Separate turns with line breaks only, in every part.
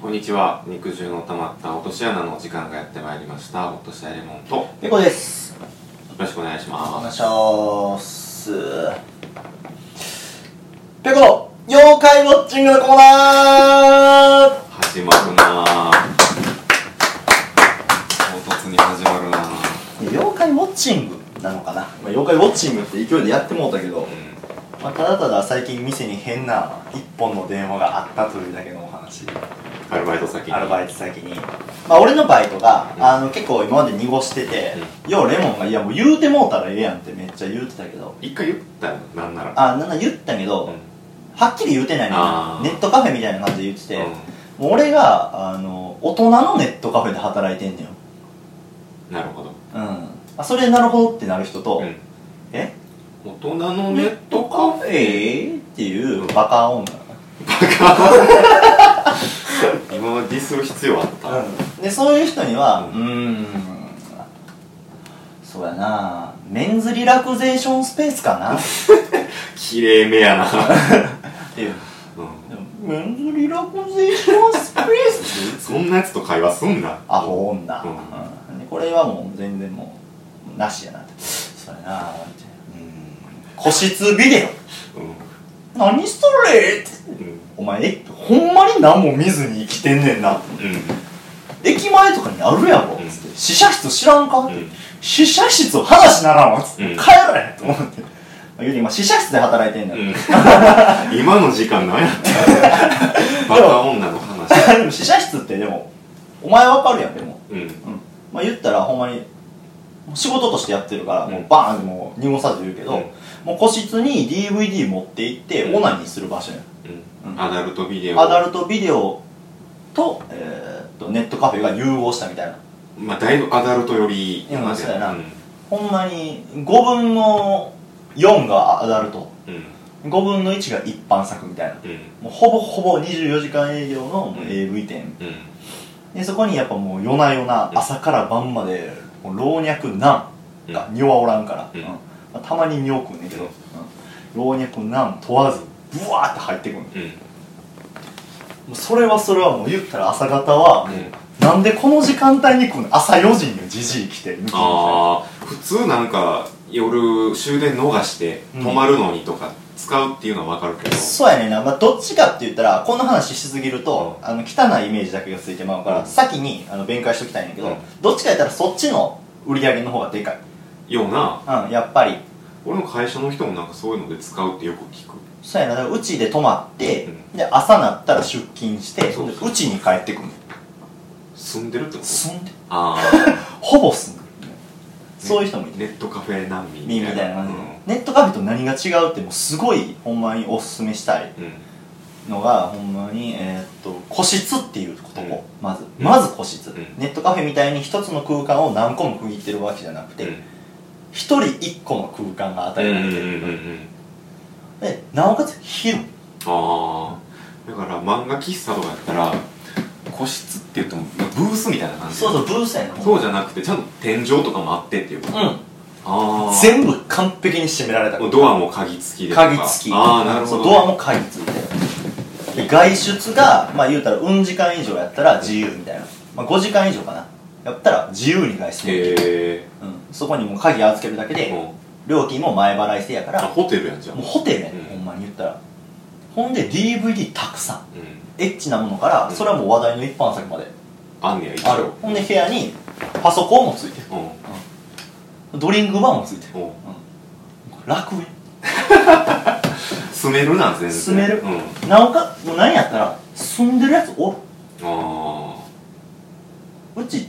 こんにちは肉汁のたまった落とし穴の時間がやってまいりました落としたいレモンとよ
ペコです。
ろしくお願いし
お
ま
願いします。ペコの妖怪ウォッチングのコーナー
す始まるなぁ唐突に始まるなぁ
妖怪ウォッチングなのかな、まあ、妖怪ウォッチングって勢いでやってもうたけど、まあ、ただただ最近店に変な一本の電話があったというだけのお話。
うんアルバイト先に
アルバイト先に、まあ、俺のバイトが、
うん
あの結構今まで濁してて、ようレモンが「いやもう言うてもうたらええやん」ってめっちゃ言うてたけど
一回言ったよなんなら
あなんか言ったけど、はっきり言うてないの
あー
ネットカフェみたいな感じで言ってて、
うん
もう俺があの大人のネットカフェで働いてんのよ
なるほど
うんあそれでなるほどってなる人と、
うん
え
大人のネットカフェ
フェっていうバカ女、
今までディスる必要あった、
うん、でそういう人には
う
うーんそうやなメンズリラクゼーションスペースかなっ
きれいめやな、
ていう
う
でもメンズリラクゼーションスペース
ん、そんなやつと会話すんな
アホ女、
う
うんんでこれはもう全然もうなしやなってそうやなってうん個室ビデ
う
オ何それって
んうん
お前えほんまに何も見ずに生きてんねんな駅前とかにあるやろ
うん
つって試写室知らんかって、
うん
試写室を話しならんわつって、
うん
帰れと思って言うて今試写室で働いてんだ
う
よ、
ん、 今の時間何やったんバカ女の話
でも試写室ってでもお前わかるやんでも、
うん
うんまあ、言ったらほんまに仕事としてやってるから、
うん
もうバーンってもう濁さず言うけ
う
ど、
ん
もう個室に DVD 持って行って、
うん
オナニーする場所やん
うんアダルトビデオ
アダルトビデオと,、えーっとネットカフェが融合したみたいな
まあだいぶアダルトより
うんそうやな
うん
ほんまに5分の4がアダルト
うん
5分の1が一般作みたいな
うん
もうほぼほぼ24時間営業のもう AV 店
う
でそこにやっぱもう夜な夜な朝から晩までもう老若男が尿はおらんから、
うん
うんまあたまに尿くんねんけど、うん老若男問わずブワーって入ってくるも
ん
うそれはそれはもう言ったら朝方はもう、
うん
なんでこの時間帯に来るの朝4時にじじい来てみたいな
ああ普通なんか夜終電逃して
うん
泊まるのにとか使うっていうのはわかるけど
そうやねんな、まあ、どっちかって言ったらこんな話しすぎると、あの汚いイメージだけがついてまうから、
うん
先にあの弁解しときたいんやけど、
うん
どっちかやったらそっちの売り上げの方がでかい
ような
うんやっぱり
俺の会社の人もなんかそういうので使うってよく聞く
そうやなだからうちで泊まって、
う
で朝なったら出勤して
そうそう
でうちに帰ってくる
住んでるってこと
すんで
ああ
ほぼすんでるそういう人もいて、
ネットカフェ難民
み みたいな感じで、
うん
ネットカフェと何が違うってもうすごいほんまにおすすめしたい
うん
のがほんまにえーっと個室っていうこと
うん
まず、
うん
まず個室、
ん
ネットカフェみたいに一つの空間を何個も区切ってるわけじゃなくて
うん
一、人一個の空間が与え
うん
られ
うん
てる、
うんうん
でなおかつ広い
ああだから漫画喫茶とかやったら個室って言ってもブースみたいな感じ
そうそうブースやねん
そうじゃなくてちゃんと天井とかもあってっていうこと
うん
ああ
全部完璧に閉められた
もうドアも鍵付きでとか
鍵付き
ああなるほど、
そうドアも鍵付いてるで外出がまあ言うたらうん時間以上やったら自由みたいな、まあ、5時間以上かなやったら自由に外出でき
へ
る、
え
うん、そこにもう鍵預けるだけで料金も前払い制やか
あ
ら
ホテルやんじゃん
もうホテルやね、
うん
ん、ほんまに言ったらほんで DVD たくさん
うん
エッチなものから
うん
それはもう話題の一般先まで
あんねや一応
あるほんで部屋にパソコンもついて
うん
るドリンクバーもついてる
うん
楽園
住めるな全然
住める
うんあ
なおかもう何やったら住んでるやつおる
あ
うち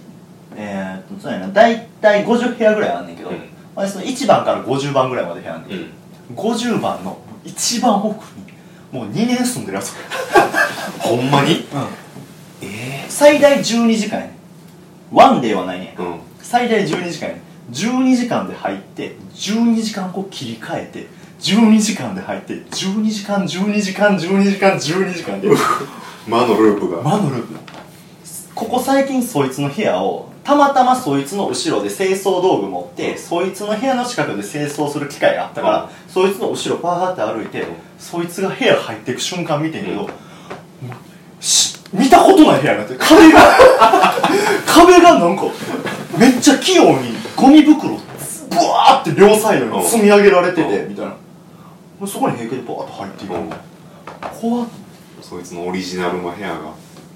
えー、っとそうやな大体50部屋ぐらいあんねんけど、
うん
まあその1番から50番ぐらいまで部屋あんねん
う
けど、
ん
50番の一番奥にもう2年住んでるやつ、
ほんまに
えー最大12時間やねんワンデーはないねん
うん
最大12時間やねん12時間で入って12時間こう切り替えて12時間で入って12時間12時間12時間12時間で
魔のループが
マのループここ最近そいつの部屋をたまたまそいつの後ろで清掃道具持ってそいつの部屋の近くで清掃する機会があったから、そいつの後ろパーって歩いて、
うん
そいつが部屋入っていく瞬間見てんけど、もうし見たことない部屋になってる壁が 壁がなんかめっちゃ器用にゴミ袋ブワーって両サイドに積み上げられてて
うん
みたいなそこに平気でバーッと入っていく
うん
怖っ
そいつのオリジナルの部屋が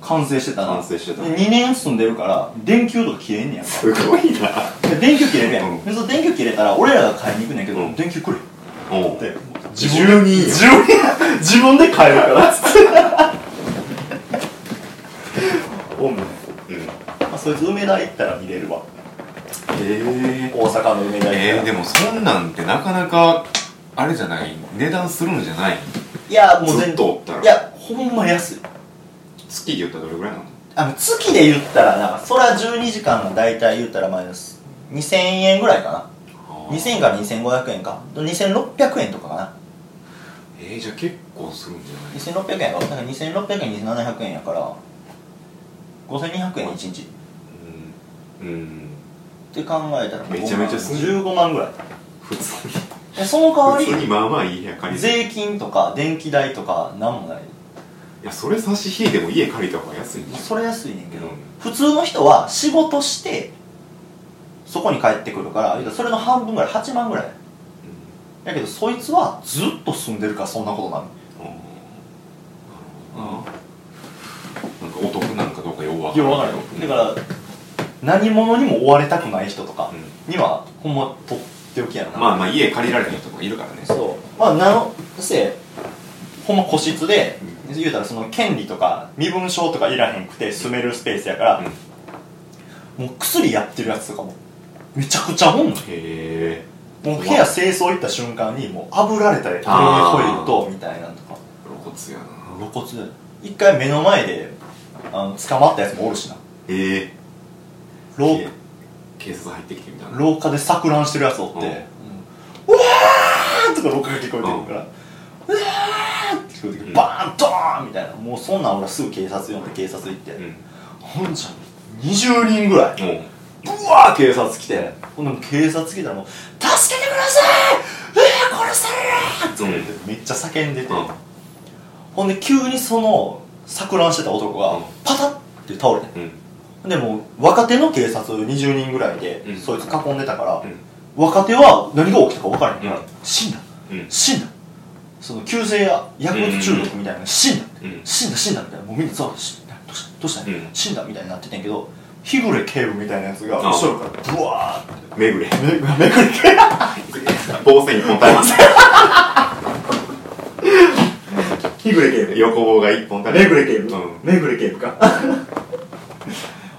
完成してたな
完成してた
2年住んでるから電球とか消えんねやんか
すごいな
で電球切れるやん、
うん
でその電球切れたら俺らが買いに行くねんけど、
うん
電球くれっ
おう
て
自分に
自分で自分で買えるから っつっておんね
うん
んまあ、そいつ梅田行ったら見れるわ
え
大阪の梅田行ったら、
えー、でもそんなんてなかなかあれじゃない値段するんじゃない
いやもう
ずっとおったら
いやほんま安い
月で言ったらどれぐらいなの
あの月で言ったらなそら12時間が大体言ったらマイナス2000円ぐらいかな2000円から2500円か2600円とかかな
えー、じゃあ結構するんじゃない
2600円やろだから2600円2700円やから5200円1日
うん、うん、
って考えたら
めちゃめちゃすん
15万ぐらい
普通に
でその代わ
普通
り
にまあまあいい部屋借りて
税金とか電気代とかなんもない
いやそれ差し引いても家借りた方が安いんじゃん
それ安いねんけど、
うん
普通の人は仕事してそこに帰ってくるから言うたらそれの半分ぐらい8万ぐらいだけどそいつはずっと住んでるからそんなことなの
うんあーなんかお得なんかどうかようわ
だから何者にも追われたくない人とか
う
にはほんまとっておきやな、
まあまあ家借りられへん人もいるからね
そうまあなのせほんま個室で、言うたらその権利とか身分証とかいらへんくて住めるスペースやから、もう薬やってるやつとかもめちゃくちゃおんの
へえ
もう部屋清掃行った瞬間にもう炙られたりトイレ
あー
とみたいなのとか
露骨やな
露骨一回目の前であの捕まったやつもおるしな
へえ
廊
家警察入ってきてみたいな
廊下で錯乱してるやつおって、う
うん
わーとか廊下が聞こえてくるから、うわーって聞こえてく
う
る
ん
バーンドーンみたいなもうそんなん俺はすぐ警察呼んで警察行って、
うん
ほんじゃ20人ぐらい
も
ブワー警察来てほんでもう警察来たらもう「助けてくださいうわー殺される!」って言ってめっちゃ叫んでて、
うん
ほんで急にその錯乱してた男が
うん
パタッて倒れて
うん
でもう若手の警察20人ぐらいで、
うん
そいつ囲んでたから、
うん
若手は何が起きたか分からへんから、
うん
死んだ
うん
死んだその急性や薬物中毒みたいな死んだ、
うん
死んだ死んだみたいなもうみんなざわざわしてどうしたどうした、
うん
死んだみたいになっててんけど日暮警部みたいなやつが
あ
後ろからブワーって
めぐれ
めめくりけ
防線一本足
日暮警
り
部
て横棒が一本足り
目暮警部
うん
目暮警部か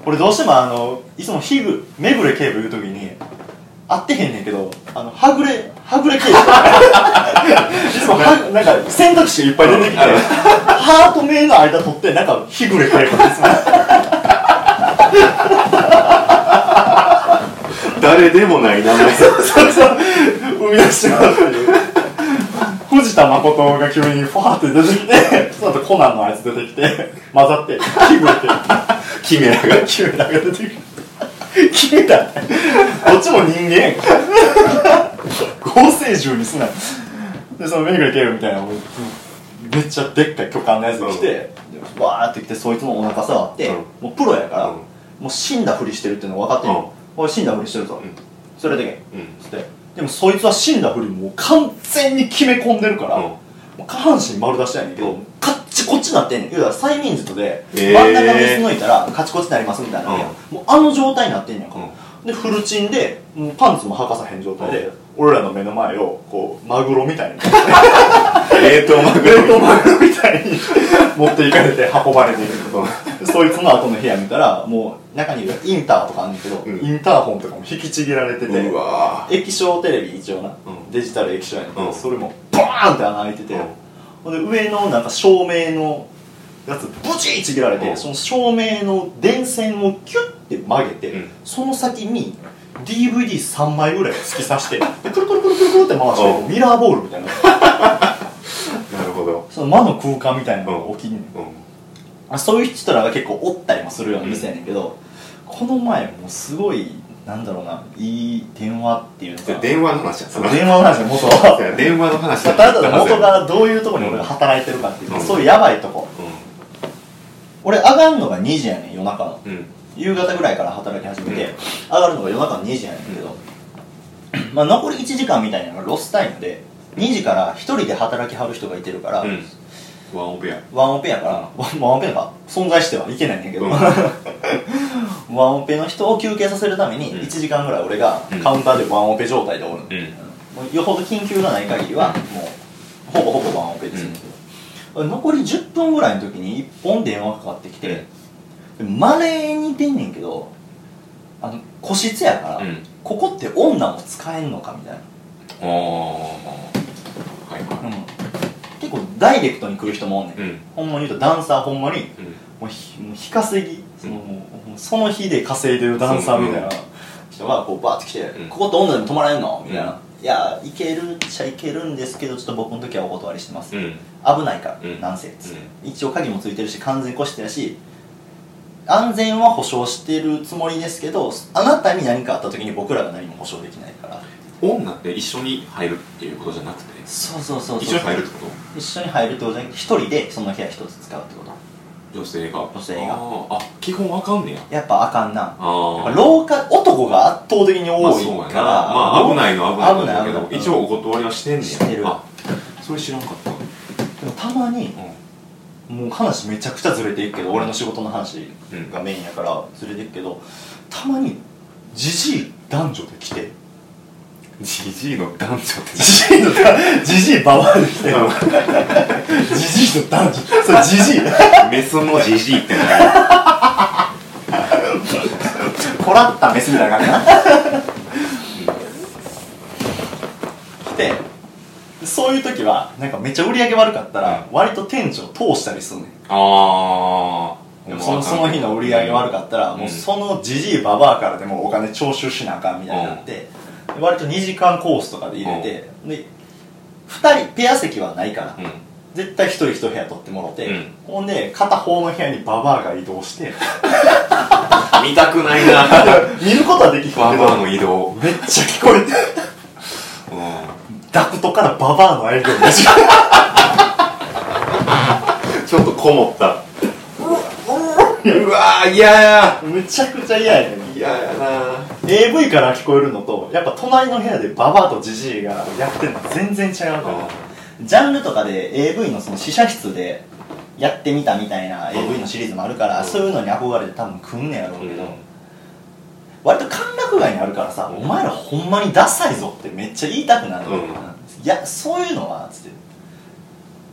俺どうしてもあのいつも日暮めぐれ警部言う時に会ってへんねんけどあのはぐれはぐれ 警部いつもはなんか選択肢がいっぱい出てきて
うん
ハート目の間取ってなんか日暮れ警部ですね
誰でもない名前
そうそう生み出してもらうっていう藤田誠が急にファーって出てきてその後コナンのあいつ出てきて混ざってキムって
キメラが
キメラが出てくるキメラどっちも人間やんか合成獣にすなでそのメイクレケルみたいなもうめっちゃでっかい巨漢のやつが来て、わーって来てそいつのお腹触って、
うん
もうプロやから、
うん
もう死んだふりしてるっていうの分かってんの、俺死んだふりしてるぞ、
うん
それだけ
うん
つってでもそいつは死んだふりもう完全に決め込んでるから、
うん
もう下半身丸出してないんだけど、
うん
カッチコチなってんねん要は催眠術で、
えー
真ん中に椅子抜いたらカチコチになりますみたいなのやん、もうあの状態になってんねんか、でフルチンでもうパンツも履かさへん状態で、俺らの目の前をこうマグロみたいに
冷凍マグロ
冷凍 マグロみたいに 持っていかれて運ばれていくでそいつの後の部屋見たらもう中にインターとかあるんだけど、
うん
インターホンとかも引きちぎられてて
うわ
液晶テレビ一応な、
うん
デジタル液晶やねんけど、
うん
それもバーンって穴開いてて、
うん
ほんで上のなんか照明のやつブチーちぎられて、
うん
その照明の電線をキュッて曲げて、
うん
その先に DVD3 枚ぐらいを突き刺してでくるくるくるくるくるって回して、
う
ミラーボール みたいな
なるほど
その魔の空間みたいなのが起きんねん、
う
あそういう人らが結構おったりもするような店やねんけど、この前もすごいなんだろうないい電話っていうのか
ん
な
電話の話や
そう電話の話で元
そ
は
うや電話の話
まあただただ元がどういうところに俺が働いてるかっていう、
うん
そういうやばいとこ
うん
俺上がんのが2時やねん夜中の
うん
夕方ぐらいから働き始めて、上がるのが夜中の2時やねんけど、まあ残り1時間みたいなのがロスタイムで2時から1人で働きはる人がいてるから、
うんワンオペや
ワンオペやから、 ワンワンオペなんか存在してはいけないんやけど、
うん
ワンオペの人を休憩させるために
うん
1時間ぐらい俺が
うん
カウンターでワンオペ状態でおるの、
うん
もうよほど緊急がない限りはもうほぼほぼワンオペでするんだけど、残り10分ぐらいの時に1本電話かかってきて、まれに出んねんけどあの個室やから、
うん
ここって女も使えんのかみたいな
ああはいは
結構ダイレクトに来る人もおんねん、
いうん
ほんまに言うとダンサーほんま
う
に
ん
もうひもう非稼ぎその,、もうもうその日で稼いでるダンサーみたいな人がこうバーって来て「
うん
ここって女でも泊まれんの?」みたいな
うん
「いや行けるっちゃ行けるんですけどちょっと僕の時はお断りしてます」
うん
危ないから、
うん
なんせ」っつって、一応鍵もついてるし完全個室やし安全は保証してるつもりですけどあなたに何かあった時に僕らが何も保証できないから
女って一緒に入るっていうことじゃなくて
そうそうそうそう
一緒に入るってこ
一緒に入るってことじゃなくて一人でその部屋一つ使うってこと
と女性が
女性が
あーあ基本わかんねや
やっぱあかんな
ああ
廊下男が圧倒的に
まあ
多
そう
い
やな
から、
まあ危ないのは危ないと思う
危ない危
け
ない
ど一応お断りはしてんねや
してる
あそれ知らんかった
でもたまに
う
もう話めちゃくちゃずれていくけど俺の仕事の話がメインやからずれていくけどたまにじじい男女で来て
んじじいの男女って
じじいの じじいババアで来てじじいの男女それじじい
メスのじじいっ てな
こらったメスみたいな感じな来てそういう時はなんかめっちゃ売り上げ悪かったら割と店長通したりすんねん
あ
で
あ
もそのその日の売り上げ悪
っ
かったら、
うん
もうそのじじいばばあからでもお金徴収しなあかんみたいになって、で割と2時間コースとかで入れて、で2人ペア席はないから、
うん
絶対1人1部屋取ってもろて、
うん
ほんで片方の部屋にばばあが移動して
見たくないな
見ることはできひんけど
ババアの移動
めっちゃ聞こえて
うん
ダクトからばばあの営業が始まる
ちょっとこもったうわー嫌や
むちゃくちゃ嫌やねん
嫌やな
AV から聞こえるのとやっぱ隣の部屋でババアとジジイがやってるの全然違うからジャンルとかで AV のその試写室でやってみたみたいな AV のシリーズもあるから、
うん
そういうのに憧れて多分来んねやろう
う
け
ん
ど、割と歓楽街にあるからさ、
うん
お前らほんまにダサいぞってめっちゃ言いたくなる、
うん
いやそういうのはつって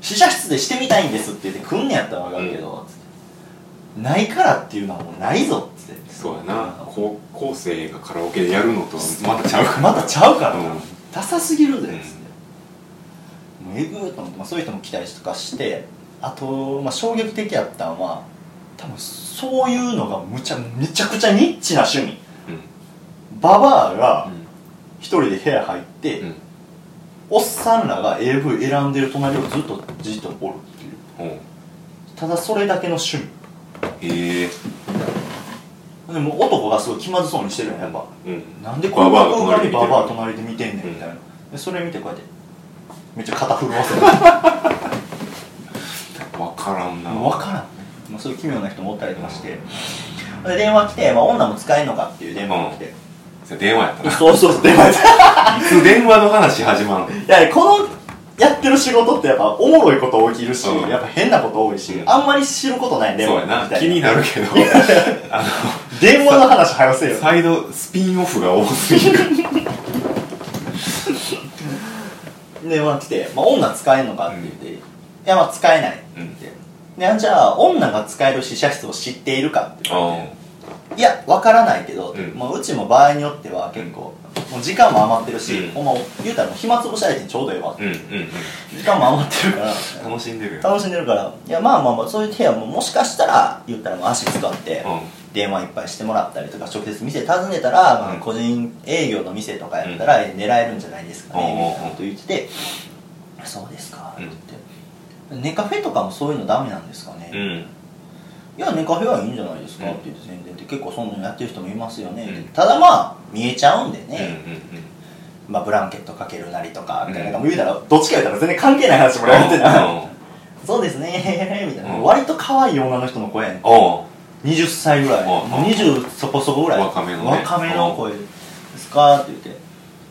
試写室でしてみたいんですって言って来んねやったら分かるけど、つってないからっていうのはもうないぞつって
そうやな高校生がカラオケでやるのとはまたちゃうから
またちゃうからな、
うん
ダサすぎるぜっつって、もうえぐーと思って、まあ、そういう人も来たりとかしてあと、まあ、衝撃的やったのは多分そういうのがむちゃめちゃくちゃニッチな趣味
うん
ババアが一人で部屋入って、
うん
おっさんらが AV 選んでる隣をずっとじっとおるって
う
いう
んうん
ただそれだけの趣味
へえ
でも男がすごい気まずそうにしてるやんやっぱ
うん
なんでこんな空間にバ
バ
バ
バ
ア
ア
隣で見てんねんみたいな、
う
でそれ見てこうやってめっちゃ肩震わせて
わからんな
もう分からん、まあ、そういう奇妙な人もおったりとかして、で電話来て、まあ、女も使えんのかっていう電話が来て、
それ電話やったな
そうそうそう電 話来
いつ電話の話始まんの
たいやこのやってる仕事ってやっぱおもろいこと起きるし、
うん
やっぱ変なこと多いし、
うん
あんまり知ることない電
そう
話
や
みたい
な気になる けどあ
電話の話早せよ
のサイドスピンオフが多すぎる
電話来て、まあ、女使えんのかって言って、いやまあ使えないって言って、でじゃあ女が使える試写室を知っているかって言われていや、わからないけど、
うん
まあ、うちも場合によっては結構、もう時間も余ってるし、
うん
ほんま、言うたらもう暇つぶし相手にちょうどええわ、
うんうんうん
時間も余ってるから、
楽しんでるよ
楽しんでるから、いや、まあまあまあ、そういう部屋ももしかしたら、言ったらもう足使って、
う
電話いっぱいしてもらったりとか、直接店訪ねたら、まあ
うん
個人営業の店とかやったら、狙えるんじゃないですかね、
うん
みたいなこと言ってて、そうですか、って言って、ネカフェとかもそういうのダメなんですかね、
んうん
いや、ネカフェはいいんじゃないですか
うん
って言って宣伝って結構そんなのやってる人もいますよね、
うん
ただまあ見えちゃうんで
うん
ね、まあブランケットかけるなりとかみたいな、
うん
もう言うたらどっちか言うたら全然関係ない話も
う
らえてな、
ん
そうですねみたいな、
うん
割と可愛い女の人の声やねん
おう
20歳ぐらい、
うんうん
20そこそこぐらい
若めのね
若めの声ですかって言って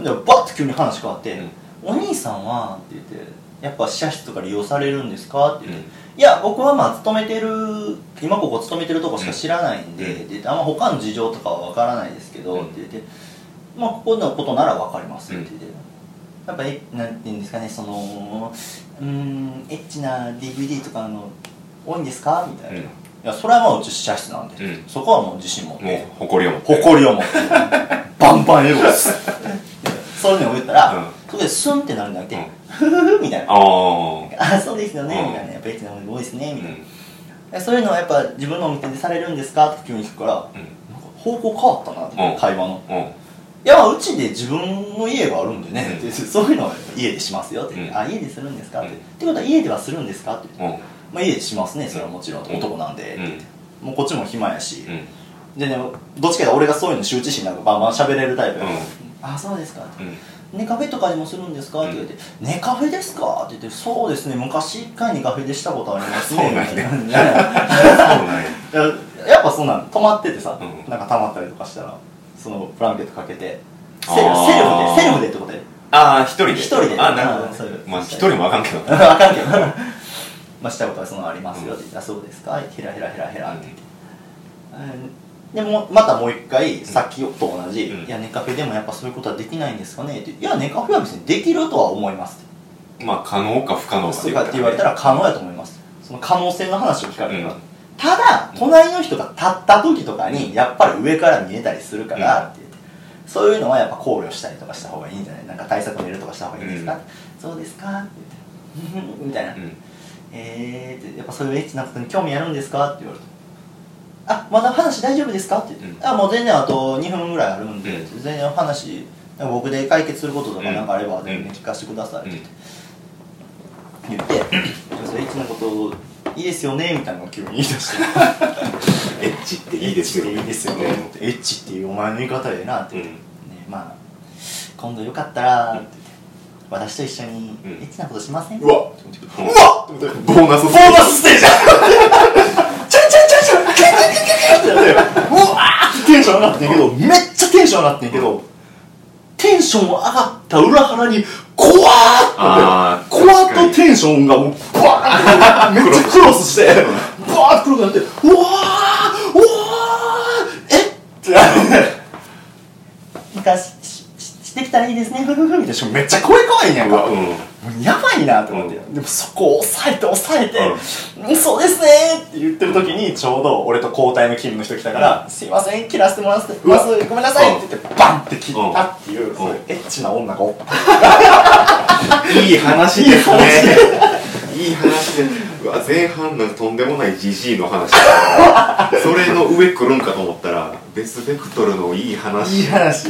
でバッと急に話変わって
うん
「お兄さんは?」って言って「やっぱ試写室とか利用されるんですか?」って言って、
うん
いや僕はまあ勤めてる今ここ勤めてるとこしか知らないんで,、
うん
って言ってあんま他の事情とかは分からないですけど、
うん
って言って「まあここのことなら分かります」って言って。やっぱえなんていうんですかねそのうーんエッチな DVD とかの多いんですかみたいな、
うん
いやそれはまあうち試写室なんで、
うん
そこはもう自信持っ
もう
て
誇りを持って
誇りを持って バンバンエロですそういうのを言ったら、
う
そこでスンってなるんじゃなくて、
うん
フフフみたいな
あ
あそうですよね、
うん
みたいなやっぱエッチなもの多いですね
あう
み
ん
たいな、えそういうのはやっぱ自分のお店でされるんですかって急に聞くから、なんか方向変わったなって、
うん
会話の
うんうん
いやまあうちで自分の家があるんでね、
うん
ってそういうのは家でしますよって、
うん
あ家でするんですかって、
うん
ってことは家ではするんですかって、
うん
まあ、家でしますねそれはもちろん、
うん
男なんで、
うん
もうこっちも暇やし、
うん
でねどっちかが俺がそういうの周知心なんかバンバン喋れるタイプやから、
うん
あそうですかって、
うん
ネカフェとかでもするんですか?」って言われて「ネカフェですか?」って言って「そうですね昔一回ネカフェでしたことありますね」
そうなんや
みたい
そうなん
な
や
いややっぱそうなの泊まっててさ、
うん
なんか溜まったりとかしたらそのブランケットかけてセル
あー
セルフでセルフでってことで
ああ一人で
一人で
あなる
うん
ほ
そ
ど
う
まあ一人もあかんけど
あかんけどまあしたことはそのありますよって言って「あそうですか?」ヘラヘラヘラヘラって言って、うんでもまたもう一回さっきと同じ「
うん
いやネカフェでもやっぱそういうことはできないんですかね?」って言って「いやネカフェは別にできるとは思います」って
まあ可能か不可能か
とかって言われたら可能やと思いますその可能性の話を聞かれるから、
うん
ただ隣の人が立った時とかにやっぱり上から見えたりするからって言ってそういうのはやっぱ考慮したりとかした方がいいんじゃないなんか対策練るとかした方がいいですか、
うん
そうですかって言ってうんみたいな、
うん
えーってやっぱそういうエッチなことに興味あるんですかって言われてあまだ話大丈夫ですかって言って、
うん
あもう全然あと2分ぐらいあるんで、
う
全然話僕で解決することとかなんかあれば
うん
全然聞かせてくださいって
う
言って
ん、
言って「それいつのこといいですよね」みたいなのを急に言い出して
エッチっ
「
ていいですよ
エッチっていいですよね」って「エッチっていうお前の言い方ええな」って
う
言って、
ん
ねまあ今度よかったら」って言って私と一緒にエ
うん
ッチなことしません?」
うわ
う
うわっ
ボーナス
ボーナスステージちゃんちゃんちゃんちゃんキャンキャンキャンキャンってやってうわーってテンション上がってんけどめっちゃテンション上がってんけどテンション上がった裏腹に怖ー
あ
って
ー
怖っとテンションがもうバーンってめっちゃクロスしてバーッと黒くなってうわーうわーえっってなってなんかしししてきたらいいですねふふふみたいなしかもめっちゃ声可愛いんやん
うわ
か
うん
もうやばいなと思って、
う
でもそこを抑えて抑えて「うんそうですね」って言ってる時にちょうど俺と交代の勤務の人来たから「すいません切らせてもらって
うわ
ますごめんなさい」って言ってバンって切ったっていう、
ん
そういうエッチな女がおった
いい話ですね いい話でうわ前半のとんでもないジジイの 話それの上来るんかと思ったら別ベクトルのいい
いい
話
話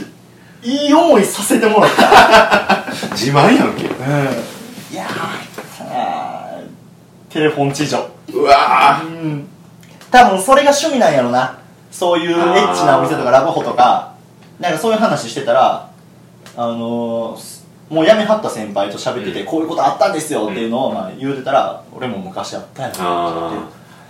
いい思いさせてもらった
自慢やんけ
うんいやーテレフォン地上
うわ
うん多分それが趣味なんやろなそういうエッチなお店とかラブホとかなんかそういう話してたらあのーすもう辞めはった先輩と喋ってて、
うん
こういうことあったんですよっていうのをまあ言うてたら、俺も昔あったやろな
あー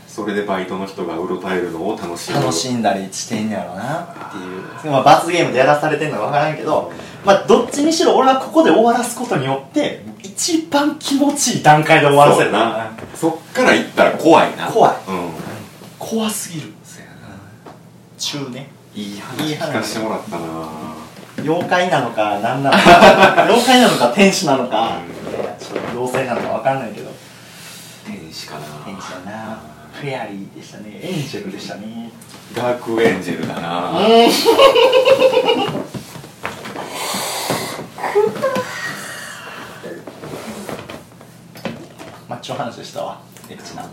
それでバイトの人がうろたえるのを楽しむ
楽しんだりしてんやろなっていうまあ罰ゲームでやらされてんのは分からんけどまあどっちにしろ俺はここで終わらすことによって一番気持ちいい段階で終わらせ
そう
る
なそっから行ったら怖いな
怖い
うん
怖すぎる
そやな
中ね
いい話聞かしてもらったな
妖怪なのか何なの か妖怪なのか天使なのか
うん
いやちょっと妖精なのか分かんないけど
天使かな
天使だなフェアリーでしたねエンジェルでしたね
ダークエンジェルだな
マッチョ話でしたわエクチな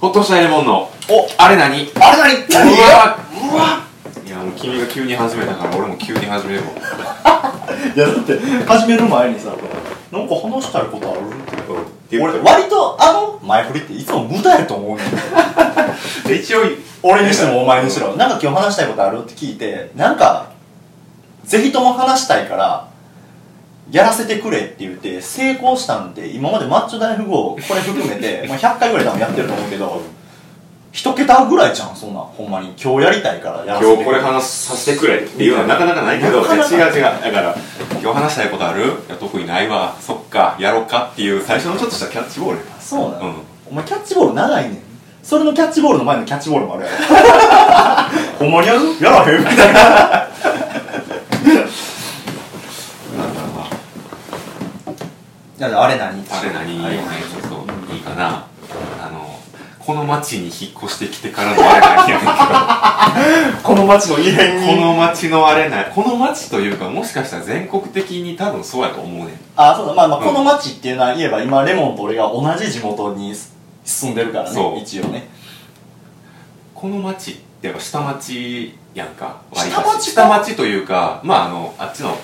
ほっとしたいもんの
お
あれ何う
あれな に
わうわいやもう君が急に始めたから俺も急に始めよう
いやだって始める前にさなんか話したいことある
っていうか
俺割とあの前振りっていつも無駄やと思うねん
一応
俺にしてもお前にしろなんか今日話したいことあるって聞いてなんかぜひとも話したいからやらせてくれって言って成功したんで今までマッチョ大富豪これ含め てまあ100回ぐらい多分やってると思うけど一桁ぐらいじゃんそんなんほんまに今日やりたいからやらせて
今日これ話させてくれっていうのはなかなかないけど
なかなか
違う違うだから今日話したいことあるいや特にないわそっかやろうかっていう最初のちょっとしたキャッチボールや
そうなの、
うん
お前キャッチボール長いねんそれのキャッチボールの前のキャッチボールもあ るやろほんまにやるやらへん みたいなだからあれ何
あれ何
あれ
ちょっといいかなあのこの町に引っ越してきてからのあれ何やねんけ ど
この街の異変に
この街のあれなこの街というかもしかしたら全国的に多分そうやと思うねん
あそうだまあまあ
うん
この町っていうのは言えば今レモンと俺が同じ地元に住んでるから
そう
ね一応ね
この町ってやっぱ下町やんか
下町か
割とし下町というかまああのあっちの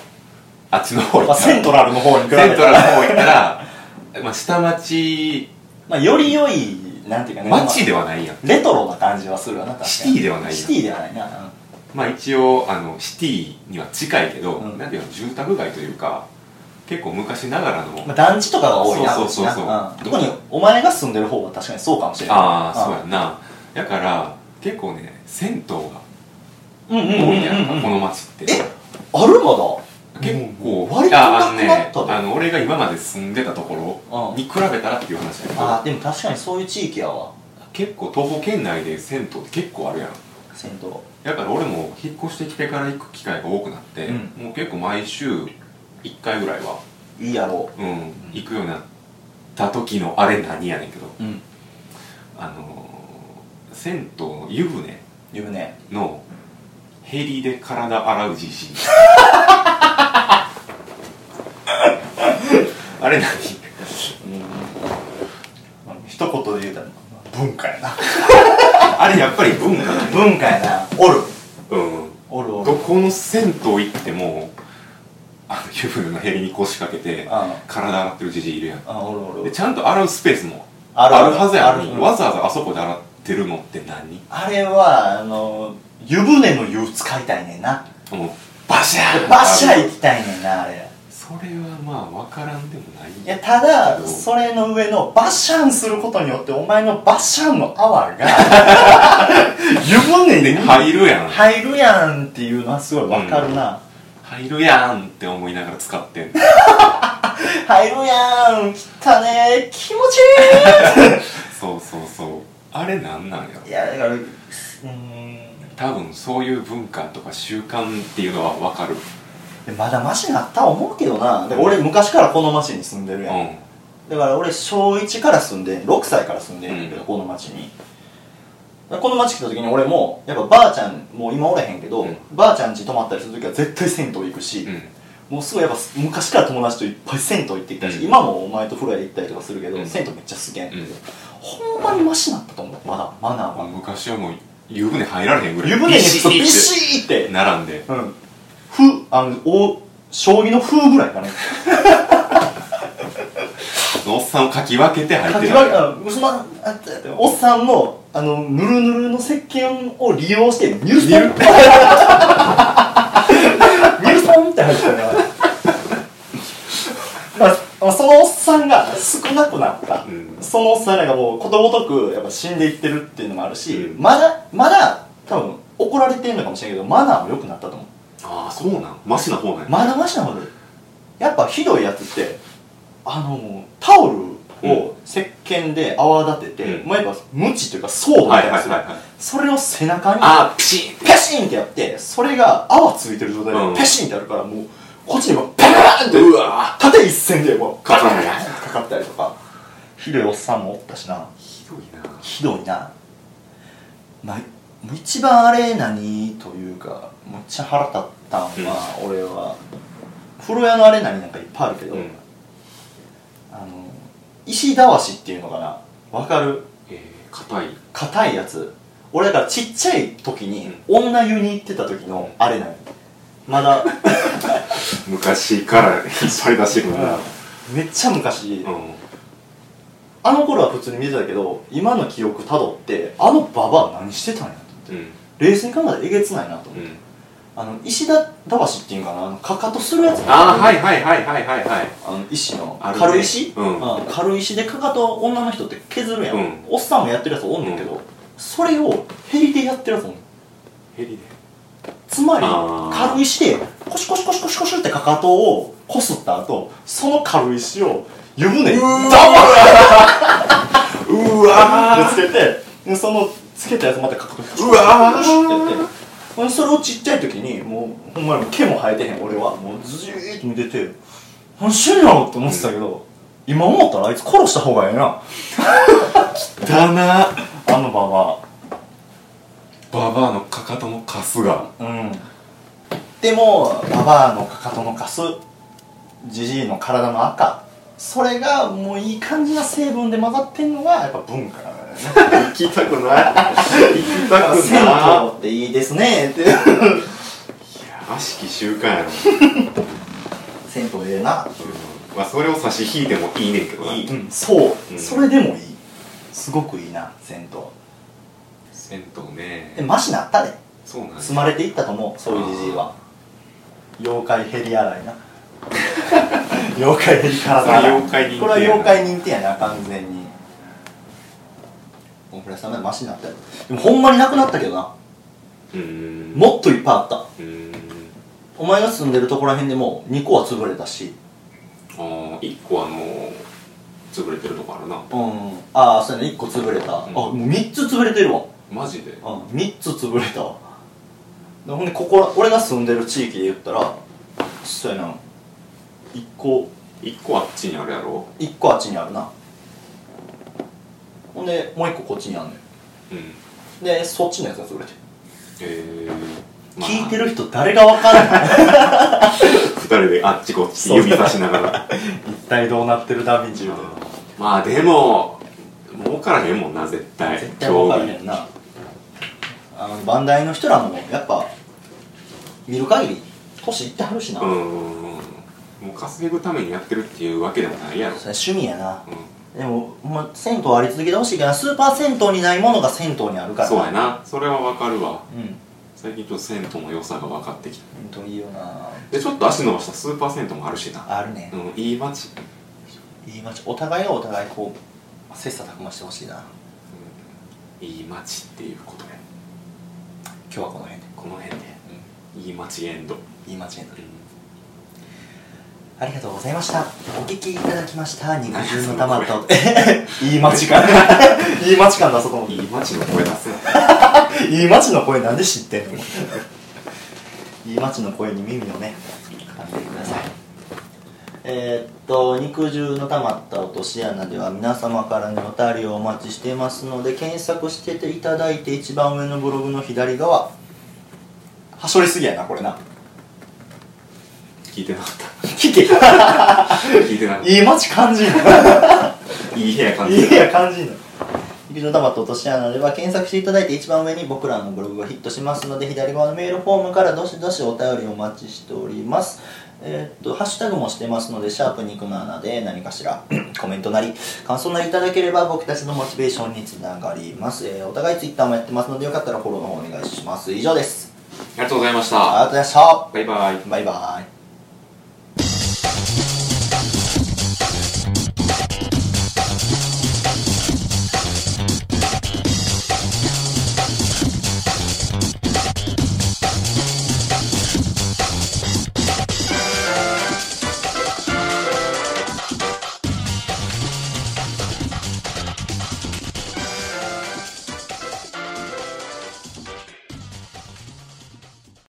あっちの方行った
まあ
ら
セントラルの方に比べ
セント
た
ラ
ら
ルの方行ったらまあ下町
まあより良いなんていうかね
町
ま
ではないやん
あレトロな感じはするわな確かに
シティではないやん
シティではないなうん
まあ一応あのシティには近いけど、
うん
なんていうの住宅街というか結構昔ながらの、
まあ、団地とかが多いな
そうそうそうそう
こっちな特にお前が住んでる方は確かにそうかもしれない
ああそうやんなだから結構ね銭湯が
うんうんうん
多いんやんか、
うんうん
この町って
えあるまだ
結構
うん割と
ああの
な
ね
くなったで
あの俺が今まで住んでたところ
うん
に比べたらっていう話やけ
あ
ど
あでも確かにそういう地域やわ
結構東方圏内で銭湯って結構あるやん
銭湯
だから俺も引っ越してきてから行く機会が多くなって、
うん
もう結構毎週1回ぐらいは、
いいやろ
うん行くようになった時のあれ何やねんけど
ううん
あのー、銭湯の湯船
湯船
のヘリで体洗うじ じいあれ何
一言で言うたら文化やな
あれやっぱり文化だね
文化やなおる
うん
おるおる
どこの銭湯行ってもあの湯船のヘリに腰掛けて
あ
体洗ってるじじいいるやん
あおるお
で
る
ちゃんと洗うスペースも
ある
あるはずやの
あ
に
る
わざわざあそこで洗ってるのって何
あれはあの湯船の湯使いたいねんな
もうバシャー
バッシャー行きたいねんなあれ
それはまあ分からんでもない
いやただそれの上のバッシャンすることによってお前のバッシャンの泡が湯船に
入るやん
入るやんっていうのはすごいわかるな、
入るやんって思いながら使ってんの
入るやんきたね気持ち
そうそうそうあれなんなんやろ
いい いやだからうーん
多分そういう文化とか習慣っていうのは分かる
でまだマシになった思うけどなで俺昔からこの町に住んでるやん、
う
だから俺小1から住んで6歳から住んでるんだけど、
うん
この町にだからこの町来た時に俺もやっぱばあちゃんもう今おらへんけど、
うん
ばあちゃん家泊まったりする時は絶対銭湯行くし、
んうん
もうすごいやっぱ昔から友達といっぱい銭湯行ってきたし、
うん
今もお前と風呂屋行ったりとかするけど、
うん
銭湯めっちゃ好きやねんけど、
うん
ほんまにマシになったと思うまだマナー
あ
が、
昔はもう湯船入られへんぐらい
湯船に
ビシ
そうビ
ッ
シーって
て 並んで
うん。ふ、あの、お、将棋の風ぐらいかね。
そのおっさんをかき分けて入
か
っ
き
て
割り、あ、その、ああおっさんの、あの、ぬるぬるの石鹸を利用して、ニュース ポンニュースポンって入ってたね。まあまあ、そのおっさんが少なくなった、
うん
そのおっさんらがもうことごとくやっぱ死んでいってるっていうのもあるし、
うん
まだまだ多分怒られてるのかもしれないけどマナーも良くなったと思う
ああそうなんマシな方なんや
まだましなことやっぱひどいやつってあのもうタオルを石鹸で泡立てて、
うん
もうやっぱ無知というかソードみ
は
た
い
いな
は
や
い
つ、
はいはい
それを背中に
あーピシ
ペシンってやってそれが泡ついてる状態で、
うん
ペシンってやるからもうこっちにもペーンって
うわ
縦一線でもう
かか
バ
る
ーンってかかったりとかひどいおっさんもおったしな
ひどいな
ひどいな、まあ、もう一番あれ何というかむっちゃ腹立ったんは、俺は風呂屋のあれ何なんかいっぱいあるけど、
うん
あの石だわしっていうのかなわかる
えー硬い
硬いやつ俺だからちっちゃい時に、女湯に行ってた時のあれ何 まだ、
昔から引っ張り出してくるな
めっちゃ昔、
うん
あの頃は普通に見てたけど今の記憶たどってあのババア何してたんやと
うん
冷静に考えたらえげつないなと思って
うん
あの石田だばしっていうんかなあのかかとするやつ
ああはいはいはいはいはいはい
あの石の
あるね
軽石、
うん
軽石でかかと女の人って削るやん、
うん
おっさんもやってるやつおんねんけど、それをヘリでやってるやつおんねん
ヘリで
つまり
あー
軽石でコシコシコシコシコシってかかとをこすった後その軽石を湯船にダ
うわ
ボンってつけてでそのつけたやつまたかかと
うわー
ってやってほんでそれをちっちゃい時にもうほんまに毛も生えてへん俺はもうずーっと見てて何してんやろって思ってたけど、今思ったらあいつ殺した方がええな
ーだな
あのババ
バ
ア
バアのかかとのカスが
うんでもババアのかかとのカスジジイの体の赤それがもういい感じな成分で混ざってんのがやっぱ文化だ よね
行きたくない行きたく
銭
な
湯っていいですねって
いや悪しき習慣やろ
銭湯ええな
まあそれを差し引いてもいいねんけどない
い、そう、
うん
それでもいいすごくいいな銭
銭湯
湯で
ね
マシなったで
そうなんや
積まれていったと思うそういうジジイは妖怪ヘリ洗いな 妖怪ヘリ体洗い
それは妖怪認定やな
これは妖怪認定やな完全に大倉さんはマシになったよでもほんまになくなったけどな
うーんう
もっといっぱいあった
ーん
お前が住んでるところらへんでも2個は潰れたし
あー一個あのー潰れてるとこあるな
うんああそうやね1個潰れた、あ
ん
もう3つ潰れてるわ
マジで
うん、3つ潰れたわでほんでここら俺が住んでる地域で言ったらそうやな1個
一個あっちにあるやろ
1個あっちにあるなほんでもう1個こっちにあるのよ
うん
でそっちのやつが潰れてる、
えー、まあ
聞いてる人誰がわかんない
二人であっちこっち指さしなが ら
一体どうなってるダヴィンチみたいな
まあでも儲からへんもんな絶対
絶対わからへんなあのバンダイの人らもやっぱ見る限り年いってはるしな、
興味うーんもう稼ぐためにやってるっていうわけでもないやろ
それ趣味やな
う
でも、まあ、銭湯あり続けてほしいからスーパー銭湯にないものが銭湯にあるか
ん
ら
そうやなそれはわかるわ
うん
最近ちょっと銭湯の良さが分かってきた
本当にいいよな
でちょっと足伸ばしたスーパー銭湯もあるしな
あるね
う、んいい街
いい街お互いがお互いこう切磋琢磨してほしいな
うんいい街っていうことで
今日はこの辺で、
この辺でいい街エンド、
いい街になるありがとうございましたお聞きいただきました肉汁の玉と いい街 感いい街感だそこも
いい街の声出せ
いい街の声なんで知ってんの いい街の声に耳をね噛んでくださいえーっと肉汁のたまった落とし穴では皆様からのお便りをお待ちしていますので検索してていただいて一番上のブログの左側はしょりすぎやなこれな
聞いてなか っ
聞け
た聞いてなかっ
いい街感じる
たいい部屋感
い
じ
いや感じんの陸上玉と落とし穴では検索していただいて一番上に僕らのブログがヒットしますので左側のメールフォームからどしどしお便りお待ちしておりますえーっとハッシュタグもしてますのでシャープ肉の穴で何かしら コメントなり感想なりいただければ僕たちのモチベーションにつながります、えーお互いツイッターもやってますのでよかったらフォローの方お願いします以上です
ありがとうございまし
あ
た
りがとうございま
バイバイ
したバイバイ